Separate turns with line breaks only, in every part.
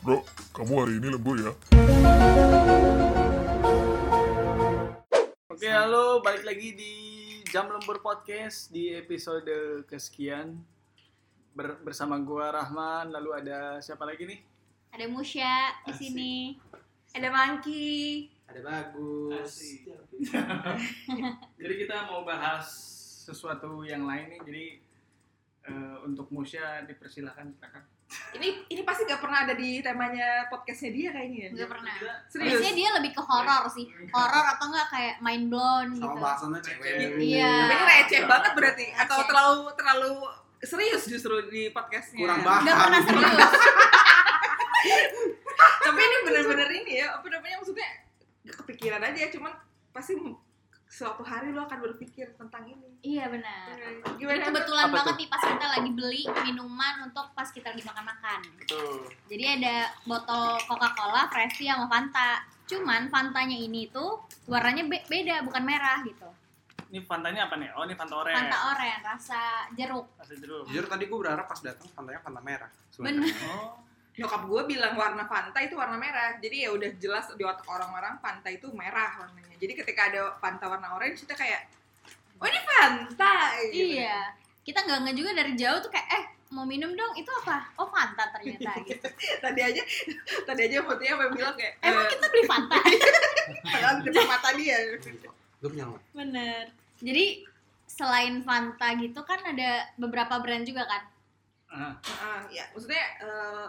Bro, kamu hari ini lembur ya?
Oke, halo, balik lagi di Jam Lembur Podcast di episode kesekian Ber- bersama gua Rahman, lalu ada siapa lagi nih?
Ada Musya di sini. Ada Mangki.
ada bagus
Asik. Jadi kita mau bahas sesuatu yang lain nih. Jadi eh, untuk Musya dipersilahkan silakan.
ini ini pasti nggak pernah ada di temanya podcastnya dia kayaknya
Nggak pernah.
Kita-
serius
Biasanya dia lebih ke horor sih. Horor atau enggak kayak mind blown
sama
gitu.
bahasannya cewek
Iya.
tapi ini receh banget berarti atau
Receh.
terlalu terlalu serius justru di podcastnya
kurang bahan
Enggak pernah serius.
tapi ini bener-bener ini ya apa namanya maksudnya nggak kepikiran aja cuman pasti suatu hari lo akan berpikir tentang ini
iya benar. Jadi
gimana
kebetulan
Apa
banget nih pas kita lagi beli minuman untuk pas kita lagi makan-makan.
Betul.
Jadi ada botol Coca-Cola, Fresi sama Fanta. Cuman Fantanya ini tuh warnanya be- beda, bukan merah gitu.
Ini fantanya apa nih? Oh, ini fanta oren.
Fanta oranye rasa jeruk.
Rasa jeruk.
jujur tadi gue berharap pas datang pantainya pantai merah
Bener.
sebenarnya
Oh,
nyokap gue bilang warna Fanta itu warna merah jadi ya udah jelas di otak orang-orang Fanta itu merah warnanya jadi ketika ada Fanta warna orange kita kayak oh ini Fanta gitu.
Iya. Kita nggak nge juga dari jauh tuh kayak eh mau minum dong itu apa? Oh Fanta ternyata gitu.
Iya, tadi aja tadi aja fotonya apa bilang kayak
Emang gitu?
eh,
kita beli Fanta?
padahal di depan mata dia
Iya.
lu punya nggak?
Bener. Jadi selain Fanta gitu kan ada beberapa brand juga kan
ah,
Ah, ya maksudnya eh,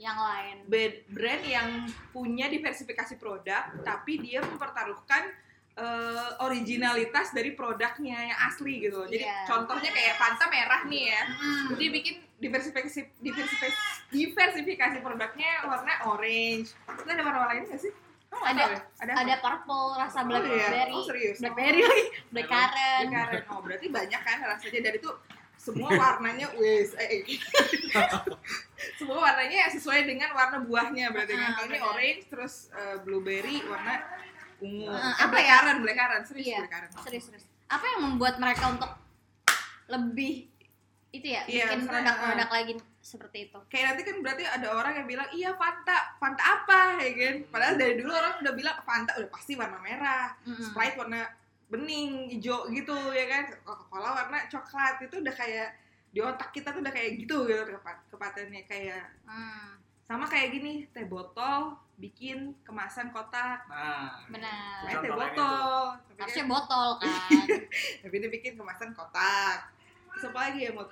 yang lain.
bad- brand yang punya diversifikasi produk tapi dia mempertaruhkan eh, originalitas dari produknya yang asli gitu loh. Jadi
Iya.
contohnya kayak Fanta merah nih ya.
Mm.
Dia bikin diversifikasi diversifikasi, diversifikasi produknya warna orange. Itu ada warna lain nggak sih? Kamu nggak
Ada.
tahu ya? Ada. apa?
Ada purple rasa
Oh, iya.
blackberry,
Oh, serius.
blackberry lagi, blackcurrant.
Karen. Oh, berarti banyak kan rasanya dari itu semua warnanya wes eh, eh. semua warnanya ya sesuai dengan warna buahnya berarti
Ah,
kan kalau ini
benar.
orange terus eh, blueberry warna ungu
Ah,
apa ya Karen black Karen serius
Iya.
black Karen
Serius, serius. Apa yang membuat mereka untuk lebih itu ya,
Iya,
bikin
misalnya,
produk-produk lagi seperti itu?
kayak nanti kan berarti ada orang yang bilang iya Fanta Fanta apa ya kan padahal dari dulu orang udah bilang Fanta udah pasti warna merah
Mm-mm.
Sprite warna bening hijau gitu ya kan Coca-Cola warna coklat itu udah kayak di otak kita tuh udah kayak gitu gitu kepa- kepatennya kayak
Hmm,
sama kayak gini teh botol bikin kemasan kotak
nah.
benar.
Kayak teh
Contoh gitu. lainnya
botol tapi, dia-
Harusnya botol kan.
tapi dia bikin kemasan kotak terus apa lagi ya mau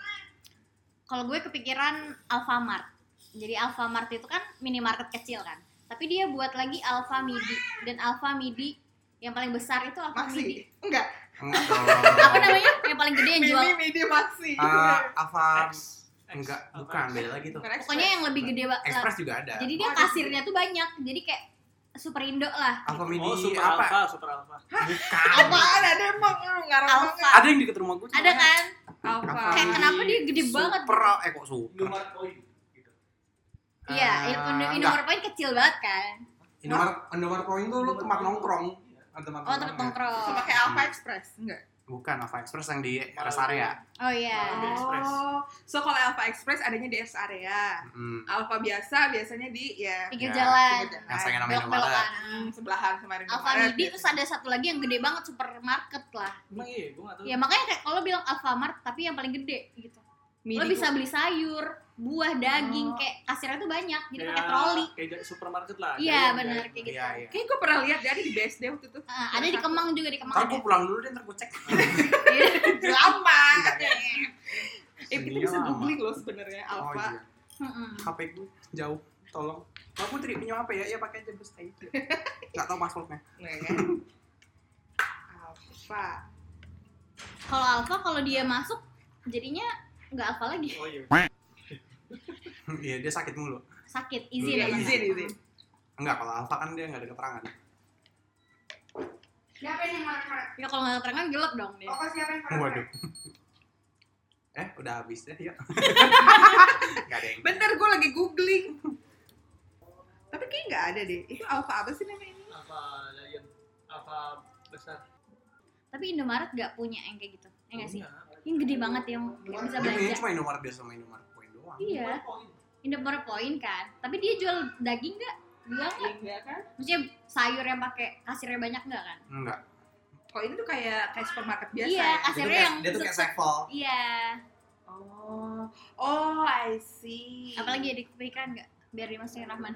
kalau gue kepikiran Alfamart. Jadi Alfamart itu kan minimarket kecil kan. Tapi dia buat lagi Alfa Midi dan Alfa Midi yang paling besar itu Alfa Midi.
maxi enggak
enggak
Apa namanya? Yang paling gede yang jual.
mini media maxi
Eh,
Ah.
apa
X. X.
enggak
Apa?
bukan beda lagi tuh
Bukan
Pokoknya yang lebih gede ba- lah.
ekspres juga ada
Jadi dia
Oh, ada
kasirnya tuh banyak. Jadi kayak Superindo lah.
apa midi
Oh, super
apa
alpha, super alpha.
bukan
apaan ada emang lu ngarang banget
Alfa.
ada yang deket rumah gue
Ada kan?
Alfa
Kayak kenapa dia gede banget?
super
gitu?
eh kok super
Indomaret Oil, gitu.
Iya,
Eh,
Indo-
enggak.
Indomaret Point kecil banget kan.
Indomaret Indomaret point tuh lu tempat nongkrong Ada tempat
Oh, tempat
nongkrong
sama
nongkrong.
kayak Alfa Express enggak
bukan apa ekspres yang di rest area
Oh iya.
Alfa Express.
oh so kalau Alfa Express adanya di rest area
Hmm.
Alfa biasa biasanya di ya
Pinggir
Ya,
jalan.
pinggir
yang saya namanya Indomaret
Belok-belokan.
Hmm, sebelahan kemarin
Alfa Midi terus ada satu lagi yang gede banget supermarket lah.
Emang iya, gue nggak tahu.
Ya makanya kayak kalau bilang Alfamart tapi yang paling gede gitu. Lo bisa beli sayur, buah, daging,
Oh.
kayak kasirnya tuh banyak, jadi
Ya.
Kayak-
pakai troli.
Kayak supermarket lah.
Iya,
Kayak-
benar
kayak-
kayak gitu.
iya iya
Kayaknya gue pernah lihat dia ada di BSD waktu itu
Ah, ada di Kemang juga di Kemang
ntar
ada. Iya.
gue pulang dulu deh ntar gue cek
Lama Eh kita
Senior
bisa
lama.
googling loh sebenarnya
oh
Alfa
iya
Mm-mm.
HP gue jauh, tolong. Mbak Putri punya HP ya? Ya pakai aja bus thank you. Nggak tahu passwordnya.
Nah, ya. Alfa
Kalau Alfa kalau dia masuk jadinya nggak Alfa lagi,
Oh iya.
Iya dia sakit mulu.
sakit, izin
Iya,
namanya.
Ya, izin, izin.
Enggak kalau Alfa kan dia nggak ada keterangan.
Siapa yang marah
Ya kalau nggak keterangan gelap dong dia.
Oh.
Pokok siapa yang
Waduh. eh udah habis deh yuk. Gak ada yang.
Bentar gue lagi googling Tapi kayaknya nggak ada deh Itu Alfa apa sih namanya ini?
Apa Lion? Apa besar?
Tapi tapi Indomaret gak punya yang kayak gitu ya gak sih
Iya.
yang gede banget yang kayak
Dia
bisa
punya
belanja
cuma Indomaret biasa sama Indomaret Point doang.
iya Indomaret poin kan tapi dia jual daging gak jual nggak?
Iya kan?
maksudnya sayur yang pakai kasirnya banyak gak kan
Enggak.
Kalau Oh, ini tuh kayak kayak supermarket biasa.
iya
ya?
Dia tuh
kasirnya
kayak-
yang
dia tuh kayak
zek-zek.
sevel.
iya
Oh, oh I see.
apalagi ada kepikiran gak biar dimasukin Rahman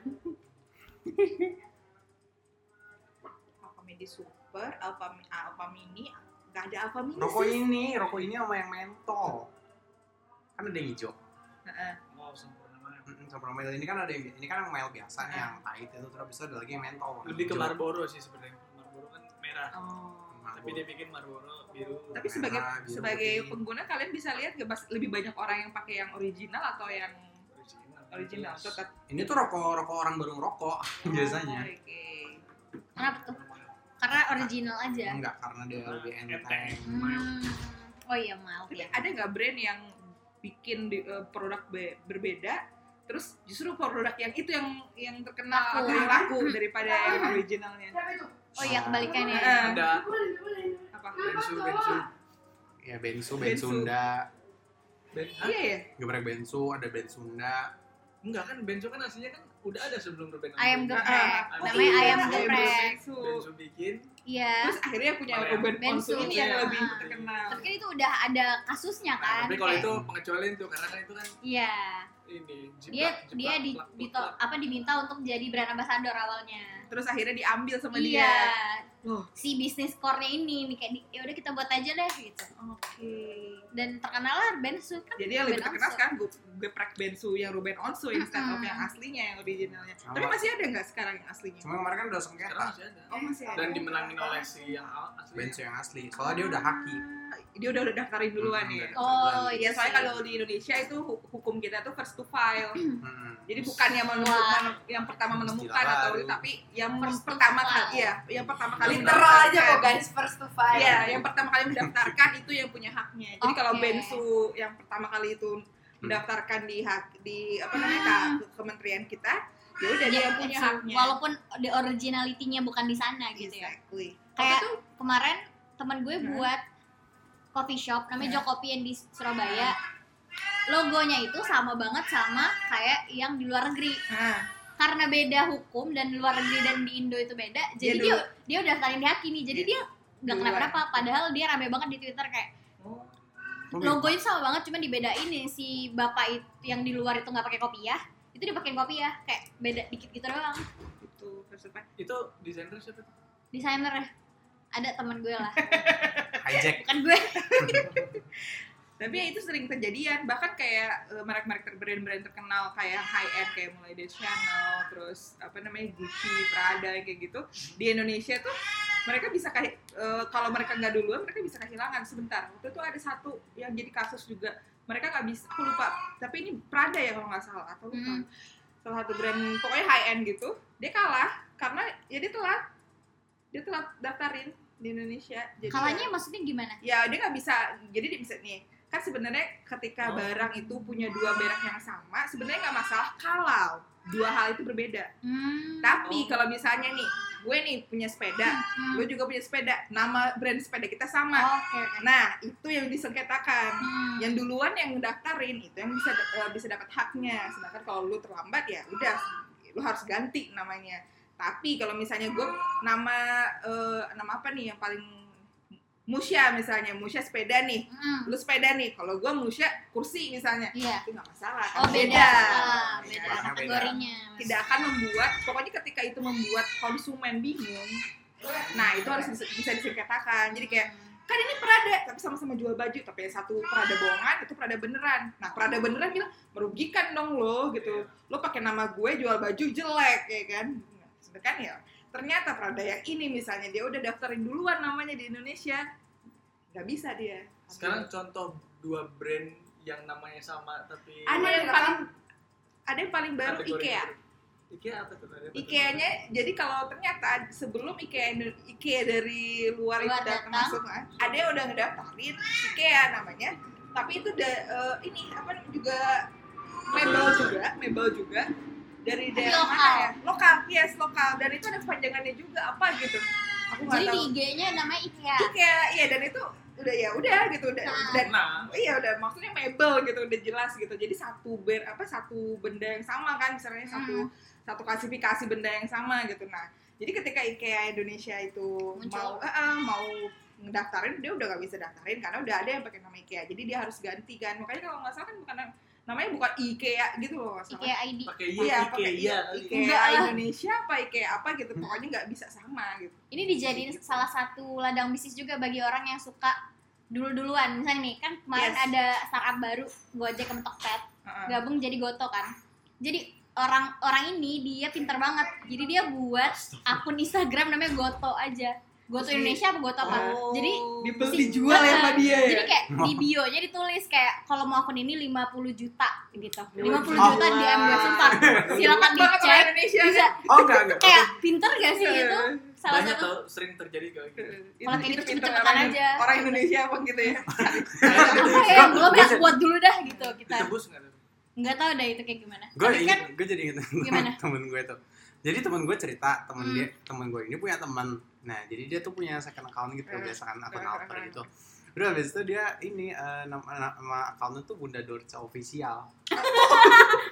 Alfa Midi Super, Alfa Mi- Alfa Mini, nggak ada Alfa Mini.
Rokok
sih.
ini, rokok ini sama yang mentol. Kan ada yang hijau.
Heeh.
Wow, sempurna banget.
Mm-mm, Sama rokok ini kan ada yang ini kan yang mild biasa
Ah.
nih, yang pahit itu terus abis itu ada lagi yang mentol. warna
Lebih ke
hijau.
Marlboro sih sebenarnya. Marlboro kan merah,
Oh.
Marlboro.
tapi dia bikin Marlboro biru.
Tapi sebagai
Merah, biru,
sebagai
putih.
pengguna kalian bisa lihat nggak bas- lebih banyak orang yang pakai yang original atau yang original tetap Oh,
ini tuh rokok rokok orang baru ngerokok
Iya.
biasanya.
Oke.
kenapa tuh karena original aja
Enggak karena dia lebih enteng.
Enteng.
Iya. hmm. oh iya mau
Tapi
ya
ada nggak brand yang bikin di- eh, produk be- berbeda terus justru produk yang itu yang yang terkenal
Laku.
atau yang laku daripada yang originalnya
oh iya kebalikannya
Eh.
Ada
apa?
Bensu, Bensu.
Ya bensu,
Bensu.
bensunda,
Ben, Hah?
Iya ya.
geprek bensu, ada bensunda.
Enggak kan, Bensu kan aslinya kan udah ada sebelum Ruben
ayam
Anggun.
geprek
Ah,
namanya
iya, ayam
ayam geprek
Bensu.
Bensu bikin,
iya
Terus akhirnya punya
Ayam.
Ruben
Bensu,
Onsu ini yang
iya.
lebih
Ah.
terkenal.
tapi kan itu udah ada kasusnya
Nah,
kan
tapi kalau
Kayak-
itu pengecualian tuh karena kan itu kan
iya
ini jiplak,
dia dia
jiplak,
di,
plak, plak,
dito-
plak.
apa diminta untuk jadi brand ambassador awalnya
Terus akhirnya diambil sama
iya
dia.
Loh, si bisnis core-nya ini nih kayak di- ya udah kita buat aja deh gitu
Oke.
dan terkenal lah Bensu kan
Jadi yang lebih
Ruben
terkenal
Onsu.
sekarang gue geprek Bensu yang Ruben Onsu instead of
Mm-mm.
yang aslinya yang originalnya.
Sama.
Tapi masih ada nggak sekarang yang aslinya?
Cuma kemarin kan udah
Sekarang
sengketa
masih ada.
Oh masih ada.
Dan dimenangin oleh si yang asli.
bensu yang asli. Soalnya dia udah haki.
Ah, Dia udah udah daftarin duluan
Mm-mm,
ya.
udah
oh
Iya,
iya
soalnya
sih.
kalau di Indonesia itu hu- hukum kita tuh first to file.
Mm-mm.
Jadi bukan yang menemukan yang pertama menemukan
Istilah
atau
baru.
tapi yang
First to
pertama
file.
kali ya, yang pertama kali
Literal aja
mendaftarkan.
kok guys, first to five.
Iya, yang pertama kali mendaftarkan itu yang punya haknya. Jadi kalau
Oke.
Bensu yang pertama kali itu mendaftarkan di hak di apa namanya Kak, kementerian kita, ya udah dia
Ya,
yang punya
Bensu.
haknya.
walaupun the originality-nya bukan di sana gitu ya
exactly.
kayak
Waktu itu-
kemarin teman gue
Hmm.
buat coffee shop namanya
Hmm.
Jokopi yang di Surabaya logonya itu sama banget sama kayak yang di luar negeri
Nah,
karena beda hukum dan di luar negeri dan di Indo itu beda jadi dia
Dia dulu. Iya.
dia udah daftarin di Haki nih jadi dia nggak
Duluan.
kenapa-napa padahal dia rame banget di Twitter kayak
Oh, gitu.
logonya sama banget cuma dibedain nih si bapak itu yang di luar itu nggak pakai kopiah itu dipakein kopiah kayak beda dikit gitu doang
itu first to file.
Itu desainer siapa tuh?
desainer ya? ada teman gue lah
hijack.
bukan gue
Tapi ya itu sering kejadian, bahkan kayak eh, merek-merek ter- brand-brand terkenal kayak high end kayak mulai dari Chanel, terus apa namanya Gucci, Prada kayak gitu. Di Indonesia tuh mereka bisa kayak eh, kalau mereka nggak duluan mereka bisa kehilangan sebentar. Waktu itu ada satu yang jadi kasus juga mereka nggak bisa, aku lupa. Tapi ini Prada ya kalau nggak salah atau lupa.
Hmm.
Salah satu brand pokoknya high end gitu, dia kalah karena ya dia telat, dia telat daftarin di Indonesia. Jadi
kalanya maksudnya gimana
ya dia nggak bisa jadi dia bisa nih kan sebenarnya
Oh.
ketika barang itu punya dua merek yang sama sebenarnya nggak masalah kalau dua hal itu berbeda
Hmm.
tapi
Oh.
kalau misalnya nih gue nih punya sepeda
Hmm.
Ya, gue juga punya sepeda nama brand sepeda kita sama
Oh, oke oke.
nah itu yang disengketakan
Hmm.
yang duluan yang daftarin itu yang bisa eh, bisa dapat haknya sedangkan kalau lu terlambat ya udah lu harus ganti namanya tapi kalau misalnya gue nama eh, nama apa nih yang paling Musya misalnya Musya sepeda nih
Hmm.
lu sepeda nih kalau gua musya kursi misalnya
Iya.
itu nggak masalah
Oh
kan
beda. Ah, beda
Warna beda.
kategorinya. Mas.
tidak akan membuat pokoknya ketika itu membuat konsumen bingung nah itu harus bisa, bisa disengketakan jadi kayak
Hmm.
kan ini Prada tapi sama-sama jual baju tapi yang satu Prada bohongan itu Prada beneran nah Prada beneran bilang merugikan dong lo gitu
Iya.
lo pakai nama gue jual baju jelek ya kan sedangkan ya ternyata Prada yang ini misalnya dia udah daftarin duluan namanya di Indonesia nggak bisa dia
Sekarang contoh dua brand yang namanya sama tapi
ada yang
Iya.
paling ada yang paling baru
kategori-
IKEA.
IKEA apa tuh? Ada apa tuh?
IKEA-nya jadi kalau ternyata sebelum IKEA Indo- IKEA dari
Luar
luar, itu datang
datang.
masuk, ah, ada yang udah ngedaftarin IKEA namanya, tapi itu da, eh, ini apa namanya juga mebel juga, mebel juga dari
Tapi
daerah
lokal.
mana ya? Lokal, yes lokal. Dan itu ada kepanjangannya juga apa gitu? Aku nggak
Jadi di
tahu.
IG-nya namanya IKEA.
IKEA, iya dan udah ya udah gitu udah
Nah.
dan
Nah,
iya udah maksudnya mebel gitu udah jelas gitu jadi satu ber apa satu benda yang sama kan misalnya
Hmm.
satu satu klasifikasi benda yang sama gitu nah jadi ketika IKEA Indonesia itu
Muncul.
mau eh, eh, mau ngedaftarin dia udah gak bisa daftarin karena udah ada yang pakai nama IKEA jadi dia harus ganti kan makanya kalau nggak salah kan bukan namanya bukan IKEA gitu loh nggak salah
IKEA ID
pakai
Iya,
iya,
pakai
iya.
IKEA
Enggak lah.
Indonesia apa IKEA apa gitu pokoknya nggak bisa sama gitu
ini dijadiin salah satu ladang bisnis juga bagi orang yang suka dulu-duluan misalnya nih kan kemarin
Yes.
ada startup baru Gojek sama Tokped
Heeh.
gabung jadi Goto kan jadi orang orang ini dia pinter banget jadi dia buat akun Instagram namanya Goto aja Goto
Jadi-
Indonesia apa Goto
Nah.
apa
Oh.
jadi
Dibeli,
si- Ah,
dijual ya sama dia ya.
jadi kayak di bio nya ditulis kayak kalau mau akun ini 50 juta gitu 50
Allah.
juta DM gue sumpah silakan
Banget orang
dicek
Indonesia
bisa
kan?
Oh, enggak, enggak.
kayak pinter gak sih itu
Iya.
salah
Banyak
satu
tau, sering terjadi kayak gitu.
Itu-
Kalau kayak
itu
gitu
pinter
cepet-cepetan
orang-
aja.
Orang Indonesia apa gitu ya.
Oke, lo beras ya? buat dulu dah gitu kita.
Ditebus nggak? tuh?
Nggak tahu dah itu kayak gimana.
gue
Tapi kan
gue jadi inget
Gimana?
temen gue tuh jadi temen gue cerita temen
Hmm.
dia temen gue ini punya teman nah jadi dia tuh punya second account gitu
Hmm.
biasa kan akun
Hmm.
alter gitu Terus habis itu dia ini eh, nama, nama akunnya tuh Bunda Dorca official.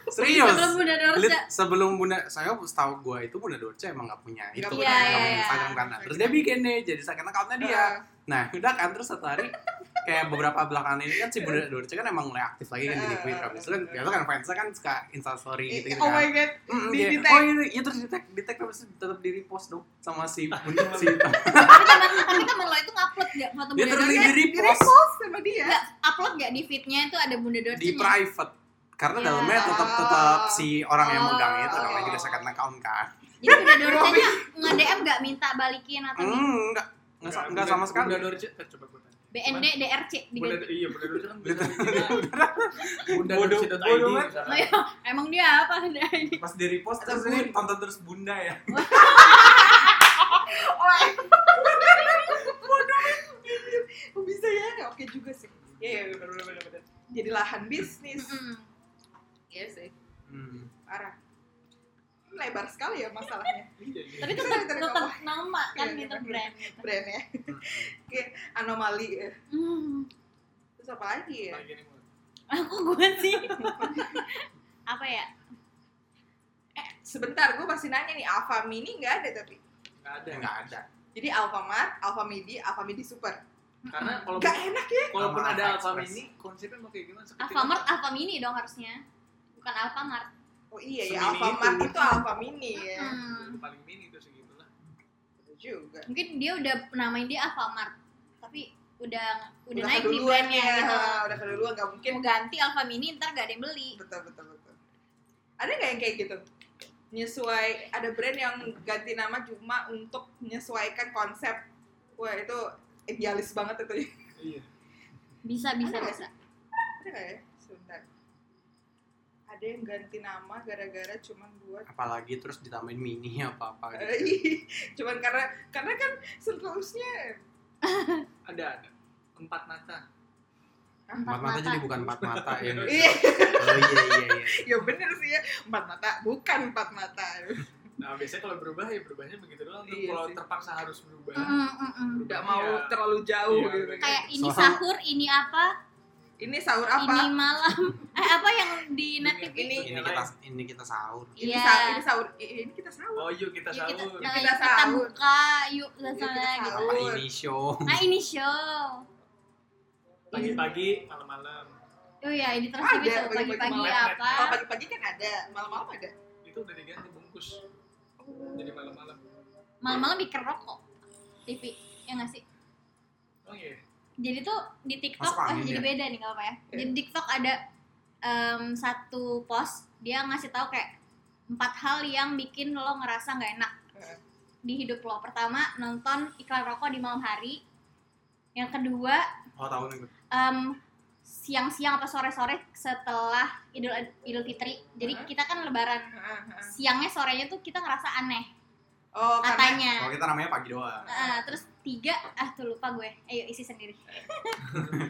Serius?
sebelum Bunda Dorca,
Lit- sebelum Bunda saya setahu gue itu Bunda Dorce emang gak punya itu
Nggak
kan,
punya,
nggak
iya,
punya
iya.
Instagram kan Nah, terus dia bikin nih jadi second accountnya dia
Iya.
nah udah kan terus satu hari kayak beberapa belakangan ini kan si Bunda Dorce kan emang mulai aktif lagi kan di Twitter habis itu kan biasa kan fansnya kan suka instastory gitu gitu
oh
kan
my god.
Mm,
Di-
iya.
di-tag.
oh iya, iya terus di tag di tag terus tetap di repost dong sama si Bunda si
tapi teman tapi teman lo itu ngupload nggak foto
dia
Bunda
terus
Dorce?
di
Di
repost
repost sama dia.
Nggak upload nggak di feednya itu ada Bunda ya? Dorce?
di private karena
Iya.
dalamnya tetap tetap si orang yang
Oh,
megang itu namanya
oke.
juga second account kan
Iya,
Jadi Bunda Dorce nya nge DM nggak minta balikin atau
Hmm, enggak enggak, sa- enggak sama sekali
Bunda Dorce, eh, coba gue tanya.
BND DRC
Bunda,
diganti.
iya, Bunda Dorce kan
Bunda-
bisa bikinnya. Bunda
Bodoh-
Dorce.id
bodoh banget.
misalnya.
Ayo, Oh, iya. emang dia apa Bunda ini?
pas di repost
terus ini
tonton terus bunda ya
Oh, bisa ya? Ya, Oke juga sih. Iya, iya, benar benar benar benar. Jadi lahan bisnis.
Mm-mm.
Iya sih.
hmm.
Parah. Lebar sekali ya masalahnya
Iya, iya.
Tapi tetap
Tetap
tetap nama kan
Iya,
gitu
tetap.
brand. gitu.
brandnya. ya. Kayak anomali. eh.
Hmm,
Terus apa lagi ya?
Lagi nih, Bunda.
Aku gue sih. Apa ya?
Sebentar, gue masih nanya nih. Alfa Mini nggak ada tapi.
Nggak ada.
ya nggak ada
Jadi Alfamart, Alfamidi, Alfamidi Super.
Karena kalau
Gak enak ya?
kalaupun
Sama
ada
Alfa
Alfa
Express.
Mini, konsepnya mau kayak gimana? Seperti
Alfamart, Alfamini dong harusnya. Bukan Alfamart.
Oh iya ya,
Semini
Alfamart
itu.
itu Alfamini ya.
Hmm.
itu paling mini itu segitulah.
Betul juga.
mungkin dia udah namain dia Alfamart tapi udah udah, naik di
keduluan
brandnya
ya.
gitu
Udah keduluan nggak mungkin.
mau ganti Alfamini ntar gak ada yang beli
Betul betul betul. Ada nggak yang kayak gitu? Menyesuai ada brand yang ganti nama cuma untuk menyesuaikan konsep. Wah itu idealis banget itu.
Iya.
bisa bisa
Ada.
bisa
Ada nggak ya? Sebentar. Ada yang ganti nama gara-gara cuman buat
apalagi terus ditambahin mini apa apa gitu
Eh, cuman karena karena kan seterusnya
Ada ada. Empat mata.
empat mata jadi bukan empat mata ya oh
iya
iya iya iya
ya bener sih ya empat mata bukan empat mata
Nah, biasanya kalau berubah ya berubahnya begitu doang. tuh.
Iya
kalau
sih.
terpaksa harus berubah.
Mm, mm, mm.
nggak
berubahnya
mau
ya
terlalu jauh
Iya.
gitu
kayak ini
Soalnya-
sahur ini apa,
ini sahur apa Iya,
ini malam eh apa yang di net
dunia-
ini.
TV
ini kita
iya.
ini kita sahur
ini,
Iya.
sa- ini sahur ini kita sahur
Oh, yuk kita
Yuk kita,
sahur.
nah,
Kita
yuk kita
sahur.
buka yuk kita
Yuk kita
sana gitu
apa ini show
nah ini show
Pagi-pagi, malam-malam.
oh ya ini terus
Ada,
gitu
pagi-pagi
pagi-pagi
malam.
kalau
apa
pagi-pagi kan ada malam-malam ada
Itu udah diganti bungkus. Jadi malam-malam.
malam-malam bikin rokok TV ya nggak sih
Oh iya.
jadi tuh di TikTok
Masuk angin
oh, jadi
dia.
beda nih kalau apa ya.
Iya.
Jadi di TikTok ada em, satu post dia ngasih tahu kayak empat hal yang bikin lo ngerasa nggak enak
Heeh.
di hidup lo. Pertama nonton iklan rokok di malam hari. Yang kedua
oh tahun itu
em, siang-siang apa sore-sore setelah Idul Idul Fitri. Jadi
Heeh.
kita kan Lebaran siangnya sorenya tuh kita ngerasa aneh
oh karena
katanya.
kalau kita namanya pagi doang
Heeh, terus tiga ah tuh lupa gue. Ayo isi sendiri.
Nggak,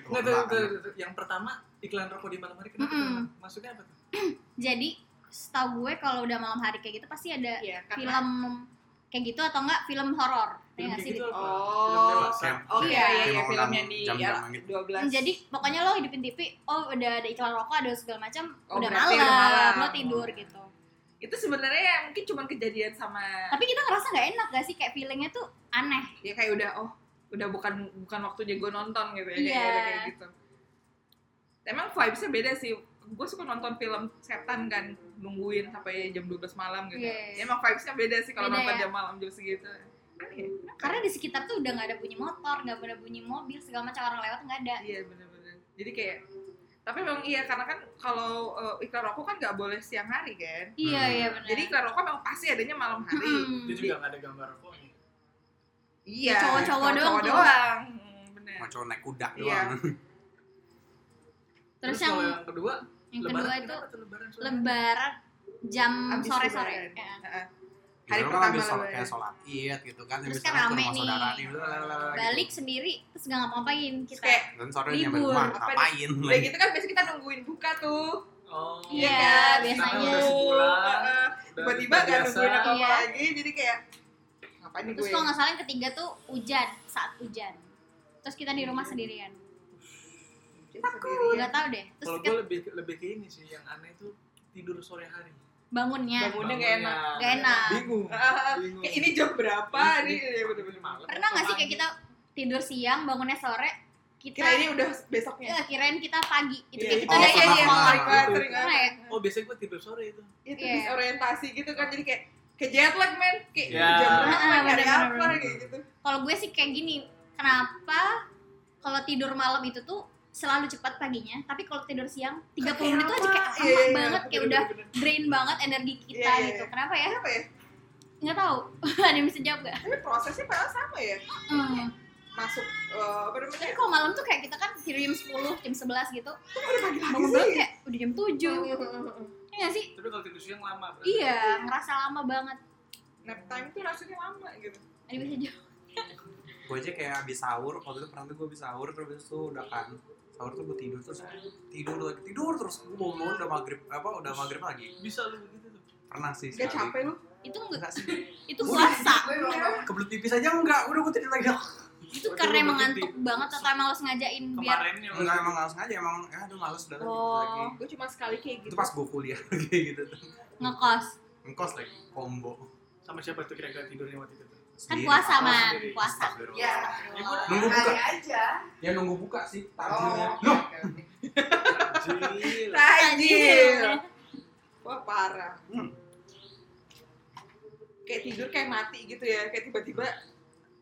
tuh, tuh,
kan?
tuh, tuh. Yang pertama, iklan rokok di malam hari kenapa? tuh?
Mm-mm.
Maksudnya apa tuh?
Jadi setahu gue kalau udah malam hari kayak gitu pasti ada
iya karena
film kayak gitu atau enggak film horor Ya nggak sih?
gitu apa? Film
Oh,
dewasa.
Kayak-
oh iya iya iya
Kayak
film
film
yang di
jam-jam
ya,
gitu.
12
Jadi pokoknya lo hidupin TV, oh udah ada iklan rokok, ada segala macam,
Oh,
udah,
berarti
malam,
udah malam.
lo tidur gitu.
itu sebenarnya ya mungkin cuma kejadian sama
Tapi kita ngerasa nggak enak gak sih kayak feelingnya tuh aneh.
ya kayak udah oh udah bukan bukan waktunya gue nonton gitu ya
Iya.
kayak, udah kayak gitu emang vibesnya beda sih gue suka nonton film setan kan nungguin sampai jam 12 malam gitu
Iya.
ya, emang vibesnya beda sih kalau
Beda
nonton
ya.
jam malam jam segitu Aneh.
Karena di sekitar tuh udah nggak ada bunyi motor, nggak ada bunyi mobil, segala macam orang lewat nggak ada.
Iya benar-benar. Jadi kayak tapi memang iya karena kan kalau uh, iklan rokok kan nggak boleh siang hari kan.
Iya
Hmm.
iya benar.
Jadi iklan rokok memang pasti adanya malam hari.
Hmm.
Itu juga nggak ada gambar rokoknya.
Iya.
Cowok-cowok doang tuh.
doang. Hmm, Bener.
Mau cowok naik kuda gitu.
Iya.
doang.
Terus
kalau
yang
yang kedua,
yang
lebaran
kedua itu
kenapa tuh lebaran suara?
lebaran jam
Abis
sore-sore.
lebaran.
Ya.
Heeh.
Hari
Hari
kan
pertama
habis sol-
lebaran.
kayak sholat id gitu kan.
Terus
habis
kan
sholat ke
rame
rumah
nih.
saudara nih. blablabla gitu.
Balik sendiri terus nggak ngapa-ngapain
Terus
kita.
kayak
Dan sore nyampe
libur.
rumah
Apa
ngapain?
udah gitu kan biasanya kita nungguin buka tuh.
Oh.
Iya,
kan?
biasanya.
Karena
Udah sebulan, udah
Heeh. Tiba-tiba nggak
terbiasa.
nungguin apa-apa
Iya.
lagi jadi kayak ngapain nih
Terus
gue?
kalau nggak salah yang ketiga tuh hujan saat hujan. Terus kita di rumah sendirian.
Sendirian.
Nggak tahu deh. Terus
Kalau
kita
kan-
gue lebih lebih ke ini sih yang aneh itu tidur sore hari.
bangunnya.
Bangunnya nggak enak.
Bangunnya.
Nggak enak.
Bingung.
Heeh.
Bingung.
Kayak ini jam berapa? Ini ya bener-bener malam.
Pernah nggak sih kayak kita tidur siang bangunnya sore kita
Kira ini udah besoknya.
Ya, kirain kita pagi itu
Iya,
kayak
iya.
kita
Oh,
udah
iya,
kayak
iya.
gitu.
sering banget, sering
Pernah
banget.
ya?
Oh, biasanya gue tidur sore itu.
Itu
Iya.
disorientasi gitu kan, jadi kayak kayak jet lag men, kayak
Iya.
jam
Ah,
berapa, nyari
bener-bener,
apa,
bener-bener.
kayak gitu.
kalau gue sih kayak gini kenapa kalau tidur malam itu tuh selalu cepat paginya tapi kalau tidur siang 30
Kayak
menit tuh aja
apa?
kayak
Iya,
lama
iya,
banget kayak
bener-bener,
udah
bener-bener.
drain banget energi kita
Iya, iya,
gitu
iya.
kenapa ya
Kenapa ya?
nggak tahu ada yang bisa jawab gak
Tapi prosesnya padahal sama ya.
hmm.
Masuk, eh, apa namanya,
tapi kalau malam tuh kayak kita kan tidur jam 10 jam 11 gitu
udah pagi-pagi
bangun bangun
sih.
kayak udah jam 7 iya nggak sih
Tapi kalau tidur siang lama. berarti.
iya ngerasa lama banget
Nap time tuh rasanya lama gitu.
ada yang bisa jawab
Gue aja kayak habis sahur. Waktu itu pernah tuh gue habis sahur terus habis itu udah kan sahur tuh gue tidur terus tidur lagi tidur terus gue mau bangun udah maghrib apa udah maghrib lagi
Bisa lu begitu tuh.
pernah sih
Gak capek lu. Iya.
itu
Enggak
enggak
sih.
itu puasa
Kebelet pipis aja enggak. Udah gue tidur lagi.
itu
Waduh,
karena emang
berarti
ngantuk banget atau emang lo sengajain biar
Kemarinnya lu-
Enggak emang langsung aja emang ya aduh males udah lah, tidur lagi.
Oh,
Gue cuma sekali kayak
Itu
gitu.
pas gue kuliah kayak gitu tuh.
ngekos
Ngkos lagi combo.
sama siapa tuh kira-kira tidurnya waktu itu? tuh?
kan
Sendiri.
puasa
Oh,
man
sendiri.
puasa
Astagfirullah.
Ya.
Ya, gua
Nunggu buka.
aja.
Ya nunggu buka sih
Oh,
takjilnya.
oke,
Loh,
oke, oke.
Anjir.
Tajil. Wah parah.
Hmm.
Kayak tidur kayak mati gitu ya. Kayak tiba-tiba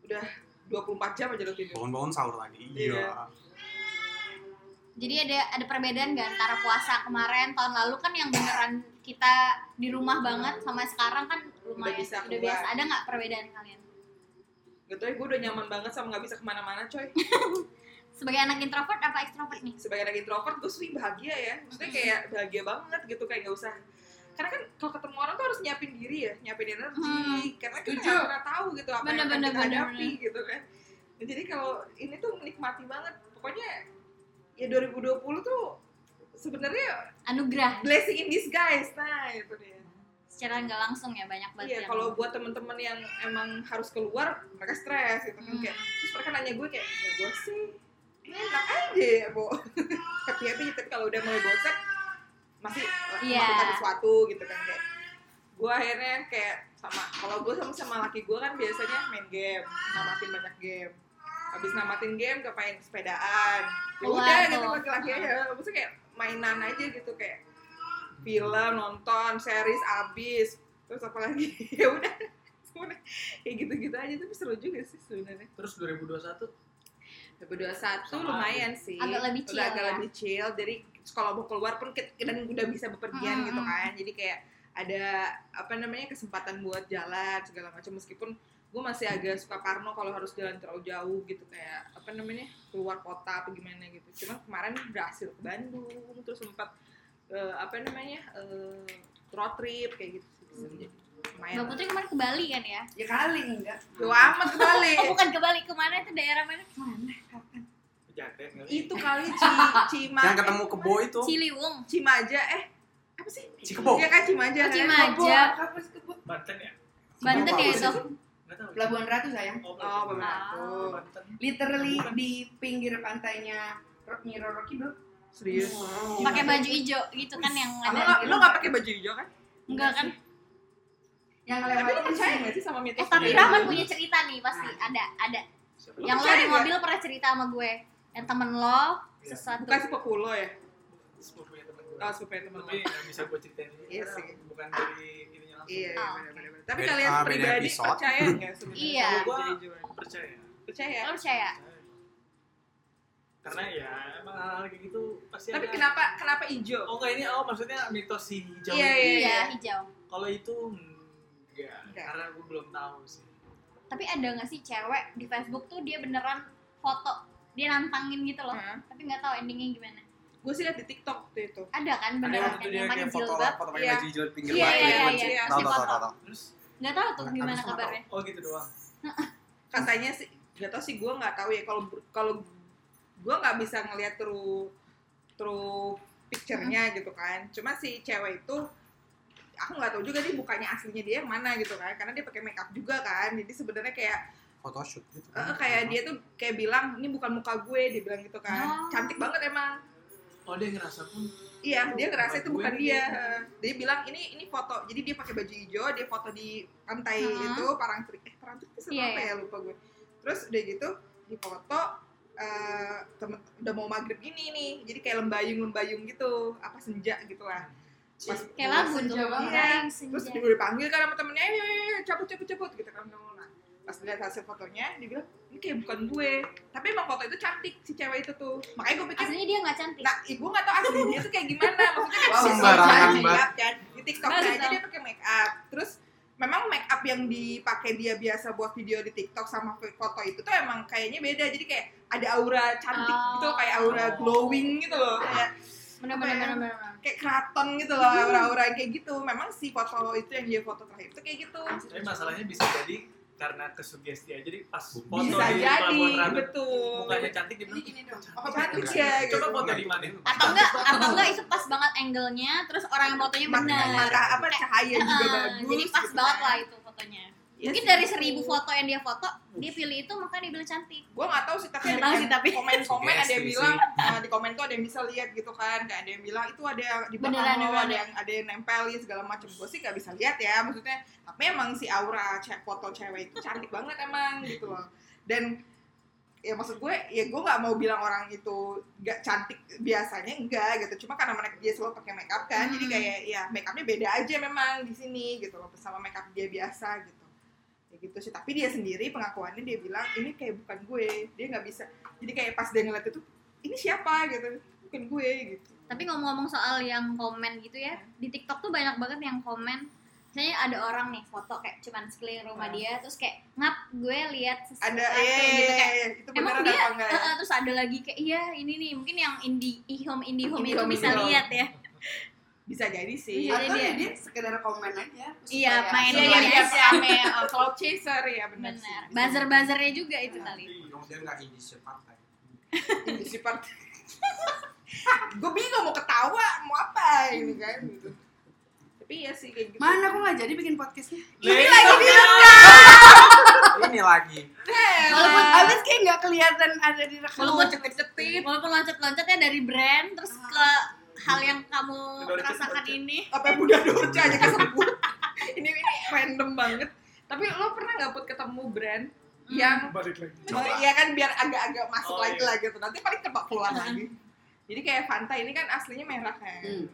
udah 24 jam aja lo tidur.
bangun-bangun sahur lagi.
Iya.
Iya.
jadi ada ada perbedaan nggak antara puasa kemarin tahun lalu kan yang beneran kita di rumah banget sama sekarang kan lumayan
Udah bisa
udah
keluar.
biasa ada nggak perbedaan kalian
Gak tau ya gue udah nyaman banget sama gak bisa kemana-mana coy.
sebagai anak introvert apa ekstrovert nih
Sebagai anak introvert gue sih bahagia ya. Maksudnya kayak bahagia banget gitu kayak gak usah karena kan kalau ketemu orang tuh harus nyiapin diri ya, nyiapin energi.
Hmm.
Karena kita
Setuju.
nggak pernah tahu gitu apa yang akan
Bener,
kita
bener, bener,
hadapi gitu kan. Nah, jadi kalau ini tuh menikmati banget. Pokoknya ya 2020 tuh sebenarnya
anugerah
blessing in disguise nah itu dia
secara nggak langsung ya banyak banget
iya
yang-
kalau buat temen-temen yang emang harus keluar mereka stres gitu
Hmm.
kan kayak terus mereka nanya gue kayak ya gue sih enak aja ya bu tapi tapi tapi kalau udah mulai bosan masih
Iya.
melakukan sesuatu gitu kan kayak gue akhirnya kayak sama kalau gue sama sama laki gue kan biasanya main game namatin banyak game habis namatin game kepain sepedaan ya
Keluar
udah gitu
tuh.
laki-laki aja maksudnya kayak mainan aja gitu kayak film nonton series abis terus apa lagi ya udah Semuanya kayak gitu-gitu aja tapi seru juga sih sebenarnya
Terus 2021
berdua satu
Sama.
lumayan sih
Agak lebih
Udah
chill
agak
ya.
lebih chill jadi kalau mau keluar pun kita, dan udah bisa bepergian
Hmm,
gitu
hmm.
kan jadi kayak ada apa namanya kesempatan buat jalan segala macam meskipun gue masih agak suka parno kalau harus jalan terlalu jauh gitu kayak apa namanya keluar kota apa gimana gitu cuman kemarin berhasil ke Bandung terus sempat eh, apa namanya eh, road trip kayak gitu sih bisa jadi lumayan
Mbak Putri kemarin ke Bali kan ya?
ya kali enggak Jauh amat ke Bali
Oh bukan ke Bali, kemana itu daerah mana?
Pejaten kali.
itu kali Ci, Cima
Yang ketemu kebo itu.
Ciliwung
Cimaja eh apa sih?
Cikebo.
Iya kan Cimaja.
Oh,
kan?
Cimaja.
Apa sih Kebo?
Banten ya?
Banten
Kebo
ya
apa
itu?
sih?
Enggak tahu. Oh,
Pelabuhan Ratu sayang.
Oh,
Oh,
Pelabuhan
Pelabuhan Ratu. Literally di pinggir pantainya Ro- Nyi Roroki belum?
Serius.
pakai baju hijau gitu kan yang
Lo
ada
nggak- lo nggak pakai baju hijau kan?
enggak kan
Yang
Tapi
lewat
lo percaya nggak sih sama mitos? gitu?
eh tapi
ini?
Rahman punya cerita nih pasti ada ada yang lo di
percaya nggak? Iya.
mobil pernah cerita sama gue yang temen lo sesuatu
Bukan sepupu lo ya?
Sepupunya temen gue.
Oh, sepupu teman lo.
Tapi yang bisa gue ceritain ini
Iya
karena
sih.
bukan dari ininya langsung.
Iya,
Oh,
benar, benar, benar. Tapi
Beda-
kalian
ah, beda
pribadi
episode.
percaya nggak sebenarnya?
Iya.
sama baju hijauan?
Percaya.
Iya.
Percaya.
lo percaya
Karena ya emang hal kayak gitu pasti
Tapi
ada-
kenapa kenapa hijau?
Oh kayak ini oh maksudnya mitos si hijau.
Iya,
ini.
iya.
iya hijau
Kalau itu enggak,
Enggak.
karena gue belum tahu sih.
tapi ada nggak sih cewek di Facebook tuh dia beneran foto dia nantangin gitu loh
Heeh.
tapi nggak tahu endingnya gimana
Gue sih liat di TikTok waktu itu.
ada kan
Ada
beneran
waktu
kan
dia
yang pakai
kayak foto
jilbab
foto pakai
Iya.
baju hijau di pinggir
Iya,
pantai
iya,
gitu.
iya, iya.
Tahu tahu tahu,
Foto.
tahu tahu.
Terus
nggak tahu tuh
Harus
gimana
foto.
kabarnya
oh gitu doang.
Katanya sih nggak tau sih gue nggak tahu ya kalau kalau gue nggak bisa ngeliat through through picture-nya gitu kan. Cuma si cewek itu aku nggak tahu juga dia bukannya aslinya dia yang mana gitu kan karena dia pakai makeup juga kan jadi sebenarnya kayak
Photoshoot gitu.
eh, kayak dia tuh kayak bilang ini bukan muka gue dia bilang gitu kan
Oh.
cantik banget emang
Oh dia ngerasa pun
Iya, dia ngerasa itu
Buat
bukan
gue
dia. Dia bilang ini ini foto. Jadi dia pakai baju hijau, dia foto di pantai
Heeh.
itu Parangtri. Eh, Parangtri itu sama
Iya,
apa
iya.
ya lupa gue. Terus udah gitu di foto eh temen, udah mau maghrib gini nih. Jadi kayak lembayung-lembayung gitu, apa senja gitu lah. Pas
kayak lagu tuh
Senja banget.
Iya,
terus
senja.
dia dipanggil kan sama temennya, "Ayo, ayo, ayo, cabut cabut cabut gitu kan ngomong. Nah, pas lihat hasil fotonya, dia bilang ini kayak bukan gue. Tapi emang foto itu cantik si cewek itu tuh. Makanya gue pikir
aslinya dia nggak cantik
Nah, ibu nggak tahu aslinya tuh kayak gimana. Maksudnya kan
Wah,
dia
sembarangan,
pakai
Mbak.
make up kan. Di TikTok
Baru
aja
tahu.
dia pakai make up. Terus memang make up yang dipakai dia biasa buat video di TikTok sama foto itu tuh emang kayaknya beda. Jadi kayak ada aura cantik
Oh.
gitu, kayak aura glowing gitu loh.
Iya.
Kayak
bener
apa
bener
ya?
bener bener
kayak keraton gitu
Hmm.
loh, aura-aura kayak gitu. Memang si foto itu yang dia foto terakhir itu kayak gitu.
tapi masalahnya bisa jadi karena kesugesti aja jadi pas
Bisa
foto
Bisa
di
jadi,
Pelabuhan Ratu,
betul.
mukanya cantik dia
Ini
bilang
gini dong.
Apa cantik
Enggak.
ya gitu.
coba foto di mana
atau enggak atau enggak itu pas banget angle-nya terus orang yang fotonya benar
Mata apa cahaya juga bagus.
jadi pas
gitu
banget
kan.
lah itu fotonya
Iya
mungkin
sih.
dari seribu foto yang dia foto dia pilih itu makanya dia bilang cantik
gue nggak tahu sih tapi
Nggak
ada
tahu
yang
sih, tapi.
komen-komen ada yang
Sugesti
bilang eh, di komen tuh ada yang bisa lihat gitu kan kayak ada yang bilang itu ada yang di belakang
Beneran,
lo
beneran.
ada yang ada yang nempelin segala macam gue sih gak bisa lihat ya maksudnya tapi emang si aura cek foto cewek itu cantik banget emang gitu loh dan ya maksud gue ya gue nggak mau bilang orang itu nggak cantik biasanya enggak gitu cuma karena mereka dia selalu pakai make up kan jadi
Hmm.
kayak ya make upnya beda aja memang di sini gitu loh sama make up dia biasa gitu ya gitu sih tapi dia sendiri pengakuannya dia bilang ini kayak bukan gue dia nggak bisa jadi kayak pas dia ngeliat itu ini siapa gitu bukan gue gitu
tapi ngomong-ngomong soal yang komen gitu
Iya.
ya di TikTok tuh banyak banget yang komen misalnya ada orang nih foto kayak cuman sekeliling rumah
Hmm.
dia terus kayak ngap gue lihat sesuatu
ada eh
gitu kayak
itu
emang
beneran
dia
apa enggak ya?
eh, eh, terus ada lagi kayak iya ini nih mungkin yang indie home indie home
Indie
itu
home,
bisa
indie home.
lihat ya
bisa jadi sih
Iya,
Atau
dia.
ya dia sekedar komen aja. terus
Iya,
kayak-
main
Iya,
aja.
iya, iya, rame, eh, cloud chaser ya benar
benar buzzer buzzernya juga itu kali
Kemudian Iya, nggak ini pantai.
si part gue bingung mau ketawa mau apa ini kan gitu tapi ya sih kayak gitu
Mana aku nggak jadi bikin podcastnya.
Ini kan.
lagi
Ini lagi.
Eh,
Walaupun abis kayak nggak kelihatan ada di rekam.
Walaupun-
ngecetip.
walaupun loncat-loncatnya dari brand terus ke hal yang kamu
Dari
rasakan
kecil.
ini
apa Bunda Dorca aja kesebut ini ini random banget tapi lo pernah nggak put ketemu brand
Hmm.
yang
balik lagi
Coba.
Iya kan biar agak-agak masuk
Oh,
lagi
iya.
lah gitu. Nanti paling kebak keluar
Heeh.
lagi. Jadi kayak Fanta ini kan aslinya merah kan.
Hmm.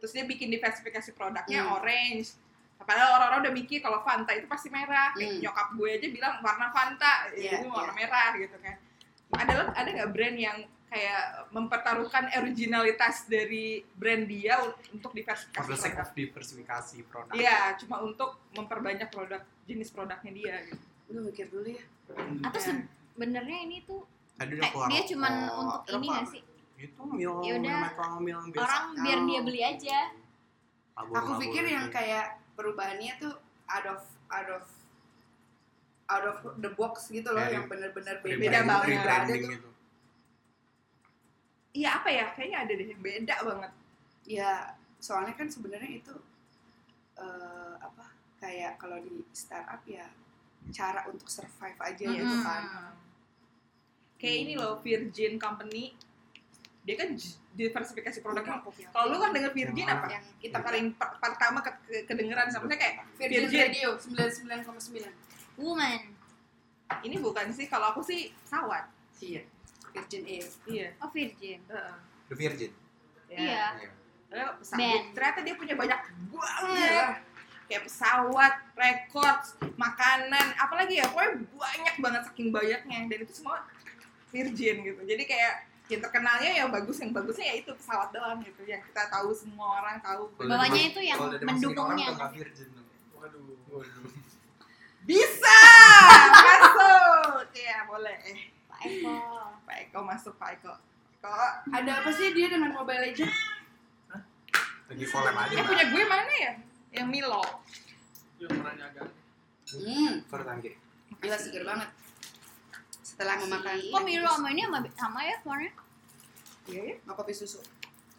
Terus dia bikin diversifikasi produknya
Hmm.
orange. Padahal orang-orang udah mikir kalau Fanta itu pasti merah. Kayak
Hmm.
nyokap gue aja bilang warna Fanta,
Iya,
ini warna merah gitu kan. Ada lo- ada nggak brand yang kayak mempertaruhkan originalitas dari brand dia un- untuk
For the
diversifikasi
sake
produk?
of diversifikasi produk.
Iya, cuma untuk memperbanyak produk jenis produknya dia gitu.
Gue mikir dulu ya.
atau
Ya.
sebenarnya ini tuh
Tadi udah
kayak
keluar.
Iya. Eh, dia cuman
rokok.
untuk ini
Rokok
nggak sih
Itu mil
Ya udah,
mil- mil biasa. kan.
orang biar dia beli aja
Tabur,
Aku
tabur.
pikir yang kayak perubahannya tuh out of out of out of the box gitu loh
Dari-
yang bener-bener beda,
Rebranding-
banget
rebranding
Ada tuh,
gitu.
Iya apa ya? Kayaknya ada deh yang beda banget.
ya soalnya kan sebenarnya itu eh, apa kayak kalau di startup ya cara untuk survive aja ya
Mm-mm.
itu kan
Kayak ini loh Virgin Company. Dia kan j- diversifikasi produknya.
kopi apa?
Kalau lu kan denger Virgin
Yang
apa?
yang
Kita paling per- pertama ke- ke- kedengeran sama saya kayak
Virgin,
Virgin.
Radio 99,9
Woman.
ini bukan sih kalau aku sih pesawat.
iya Virgin Air
Iya.
Oh Virgin.
Heeh.
The Virgin.
Iya.
Iya.
Padahal
Band.
pesawat. Ternyata dia punya banyak
Iya.
banget. Kayak pesawat, rekor, makanan, apalagi ya pokoknya banyak banget saking banyaknya dan itu semua virgin gitu. Jadi kayak yang terkenalnya yang bagus yang bagusnya ya itu pesawat doang gitu yang kita tahu semua orang tahu
Kalau
Bawahnya
dimasukin-
itu yang
kalau dimasukin
mendukungnya. gitu.
orang, nggak Virgin.
Waduh.
Waduh.
bisa masuk ya boleh eh
Pak Eko.
Pak Eko masuk Pak Eko kok
ada apa sih dia dengan Mobile Legends
Lagi collab aja.
eh
Mbak.
punya gue mana ya yang Milo
Yang orangnya agak
hmm
Vertangke.
gila seger banget setelah memakan
Kok Milo sama ini sama, sama ya warnanya?
iya ya
mau kopi susu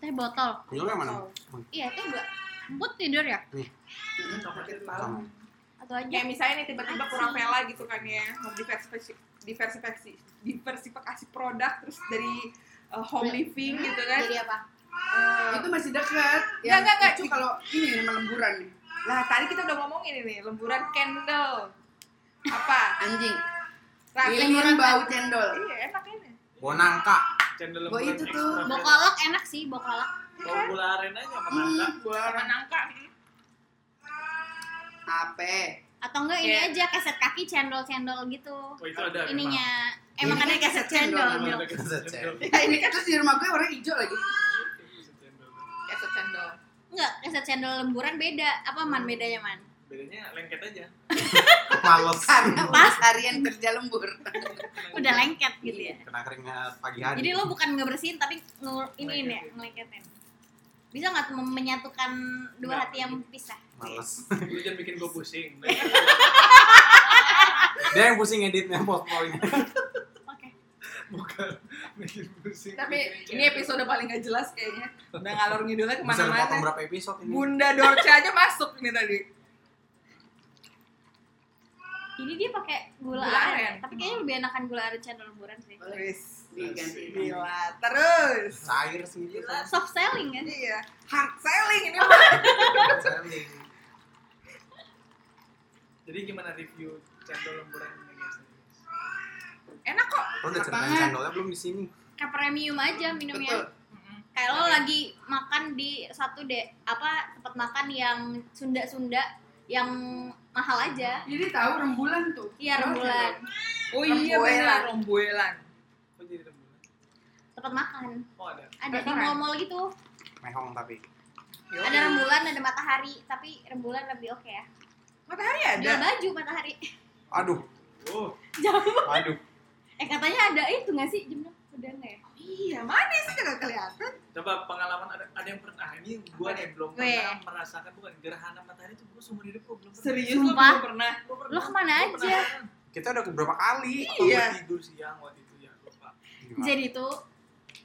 Teh botol.
Punya lu yang
Oh.
mana?
Iya itu enggak. Emput tidur ya?
Mm-mm, makan malam
Sama.
Atau aja?
kayak misalnya nih tiba-tiba Kurapela gitu kan ya mau diversifikasi diversifikasi diversifikasi produk terus dari uh, home living gitu kan
jadi apa
Uh,
Eh, itu masih dekat
Nggak, nggak, nggak.
lucu kalau ini nama lemburan nih
nah tadi kita udah ngomongin ini lemburan candle apa
anjing
Rasanya-
lemburan bau cendol
iya enak ini
Bonangka.
cendol
Gua
lemburan
itu tuh,
ekstra fresh.
Bokolok enak sih bokolok.
Bawa bola arena aja sama nangka.
hmm buah
nangka
apa
Atau enggak ini
Iya.
aja keset kaki cendol-cendol gitu.
Oh, itu ada
Ininya
Ini
emang ada
kan
keset
keset
cendol.
memang. Emang ada
Mil.
keset cendol.
ya ini kan terus di rumah gue orang hijau lagi
Keset cendol.
keset cendol
Enggak, keset cendol lemburan beda. Apa man bedanya man?
Bedanya lengket aja.
Males.
karena pas harian kerja lembur
Udah lengket gitu ya.
Kena keringat pagi hari.
Jadi lo bukan ngebersihin tapi ngur ini ya, ngelengketin. Bisa nggak mem- menyatukan dua hati yang pisah?
Males.
Lu jangan bikin gue pusing.
Dia yang pusing editnya post-pointnya.
Oke.
Bukan bikin pusing.
tapi
bikin
ini
cendol.
episode paling gak jelas kayaknya udah ngalor ngidulnya
Bisa dipotong
kemana-mana
berapa episode ini?
Bunda Dorce aja masuk ini tadi
Jadi dia pakai gula,
Gula
aren,
aren.
tapi kayaknya lebih enakan gula aren cendol lemburan sih.
Wis,
Diganti.
Gila, terus.
Cair sendiri.
Soft selling kan?
Iya, hard selling ini.
Selling.
Jadi gimana review cendol lemburan ini guys?
Enak kok.
Lo udah ceritain
Apaan?
cendolnya belum di sini.
Kayak premium aja
betul
minumnya. Kayak lo lagi makan di satu deh apa tempat makan yang Sunda-Sunda yang mahal aja.
jadi tahu rembulan tuh
Iya rembulan.
Oh iya
Romboelan.
benar romboelan.
Kok jadi lemburan?
Tempat makan.
Oh ada.
Ada di
Restoran.
mall-mall gitu.
Oh.
Mehong tapi.
Ada rembulan, ada matahari, tapi rembulan lebih oke ya.
Matahari ada.
Jual baju matahari.
Aduh,
Oh,
Jauh
aduh.
Eh katanya ada itu nggak sih jam Udah nggak ya?
Iya, mana sih kagak kelihatan?
coba pengalaman ada, ada yang pernah ah, ini gue
Apa
yang belum
Gue.
pernah merasakan bukan gerhana matahari itu gue seumur hidup gue belum pernah.
Serius
Sumpah.
lu belum pernah.
Gua pernah.
Lo kemana
Gua
aja?
penasaran.
Kita udah beberapa kali.
Apa gua
Iya.
tidur siang waktu itu ya lupa.
Gimana?
Jadi tuh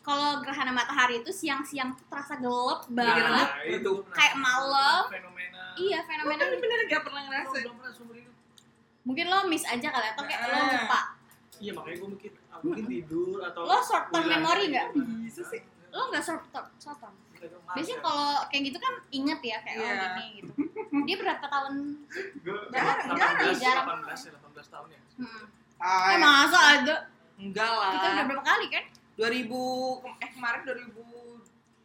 kalau gerhana matahari itu siang-siang tuh terasa gelap banget.
Nah, itu gua penasaran.
Kayak malam.
Fenomena.
Iya
Gue
fenomena.
bener-bener kan gak pernah
Gua kan
ngerasain.
belum pernah seumur hidup.
Mungkin lo miss aja kali atau kayak lo
Nah.
Ah.
lupa.
Iya makanya gue mungkin ah, mungkin tidur atau.
Lo short term
hilang
memory
gitu.
nggak?
Bisa sih.
Lo nggak short term, short term.
Nggak tahu, maaf
Biasanya
ya.
kalau kayak gitu kan inget ya kayak oh
Iya.
gini gitu. Dia berapa tahun?
Gua
Jarang,
18,
jarang.
18 ya 18 tahun ya.
Hmm. Eh
Ah,
masa ada?
enggak
Kita udah
lah.
berapa kali kan?
2000 ke- eh kemarin 2000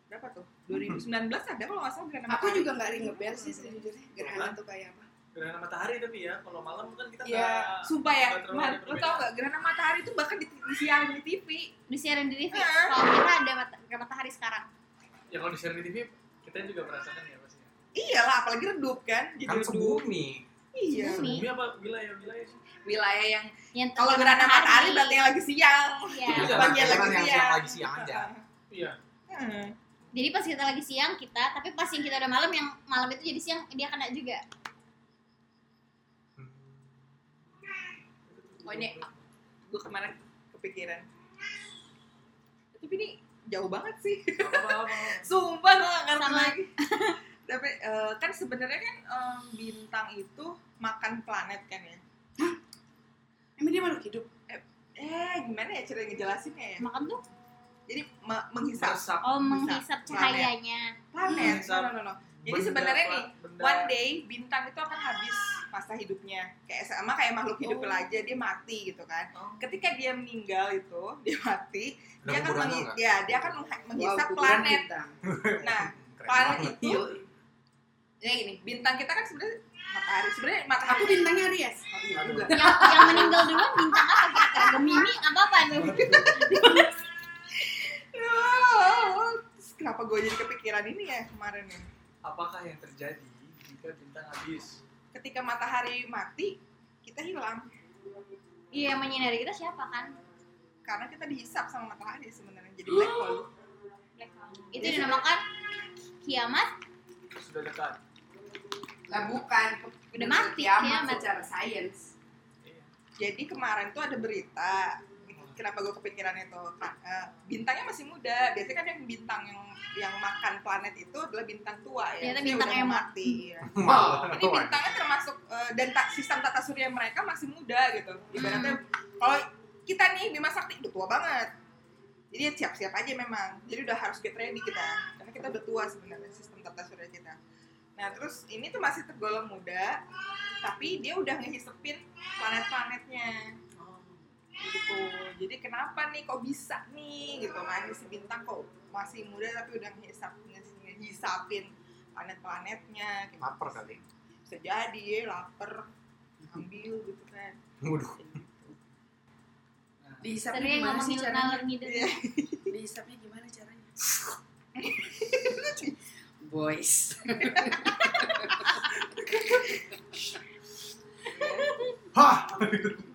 berapa tuh? 2019 ada kalau nggak salah gerhana
aku
matahari.
juga nggak ring bel sih sejujurnya gerhana tuh kayak apa
Gerhana matahari tapi ya kalau malam kan kita
Iya,
nggak-
sumpah ya.
nggak terlalu
Ma-
ada
Lo tau
perbedaan.
gak, gerhana matahari itu bahkan di- disiarin di TV.
Disiarin di TV.
Ah.
Kalau kita ada mata- gerhana matahari sekarang.
Ya kalau di share di TV kita juga merasakan ya pastinya.
Iyalah, Iya apalagi redup kan. Jadi
Kan
redup.
sebumi.
Iya.
Bumi.
Bumi apa wilayah wilayah ya sih?
Wilayah yang
Yang
Kalau gerhana matahari berarti yang lagi siang.
Iya.
Iya,
Bagian
kan
lagi
yang
siang.
siang lagi siang aja.
Iya.
Hmm.
Jadi pas kita lagi siang kita, tapi pas yang kita udah malam yang malam itu jadi siang dia kena juga.
Oh ini gue kemarin kepikiran. Tapi ini jauh banget sih.
Apa-apa.
Sumpah gue gak ngerti
Sama.
lagi. Tapi eh, kan sebenarnya kan eh, bintang itu makan planet kan ya. Emang dia makhluk hidup? Eh, eh, gimana ya cara ngejelasinnya ya?
makan tuh
Jadi me- menghisap
Sesap.
oh
Bisa. ya.
menghisap cahayanya
planet.
Menghisap.
No, no, no. Jadi sebenarnya nih, one day bintang itu akan habis masa hidupnya. Kayak sama kayak makhluk hidup
Oh.
aja dia mati gitu kan.
Oh.
Ketika dia meninggal itu, dia mati,
Ada
dia akan
kuburan
menghi-
nggak?
ya, dia akan mengha- menghisap
Wow, ukuran
planet.
bintang.
Nah,
Keren
planet
banget.
itu ya gini, bintang kita kan sebenarnya matahari. Sebenarnya matahari
Aku bintangnya Aries.
Oh, iya juga.
yang yang meninggal duluan bintang apa kira-kira Gemini apa apa nih
Aduh, Ya, terus Kenapa gue jadi kepikiran ini ya kemarin ya?
Apakah yang terjadi jika bintang habis?
Ketika matahari mati, kita hilang
iya yang menyinari kita siapa kan
karena kita dihisap sama matahari sebenarnya jadi black hole.
Black hole.
Iya
itu dinamakan kiamat
Sudah dekat.
Lah bukan.
Udah mati,
Kiamat
kiamat.
secara sains.
Jadi kemarin tuh ada berita kenapa gue kepikiran itu Nah, eh, bintangnya masih muda biasanya kan yang bintang yang yang makan planet itu adalah bintang tua ya
Ternyata
Maksudnya
bintang
udah
yang
mati ya.
Malah.
Jadi bintangnya termasuk eh, dan ta- sistem tata surya mereka masih muda gitu. Ibaratnya kalau kita nih Bima Sakti udah tua banget. Jadi ya siap-siap aja memang. Jadi udah harus get ready kita karena kita udah tua sebenarnya sistem tata surya kita. Nah terus ini tuh masih tergolong muda, tapi dia udah ngehisepin planet-planetnya. Gitu. Jadi kenapa nih kok bisa nih gitu kan si bintang kok masih muda tapi udah ngehisap ngehisapin planet-planetnya gitu
Lapar kali.
bisa jadi ya lapar ambil gitu kan
Waduh.
tadi
Dihisapnya
yang
gimana sih
ngomongin
caranya?
nalur ngidul
Iya.
Dihisapnya gimana caranya? Boys.
Hah.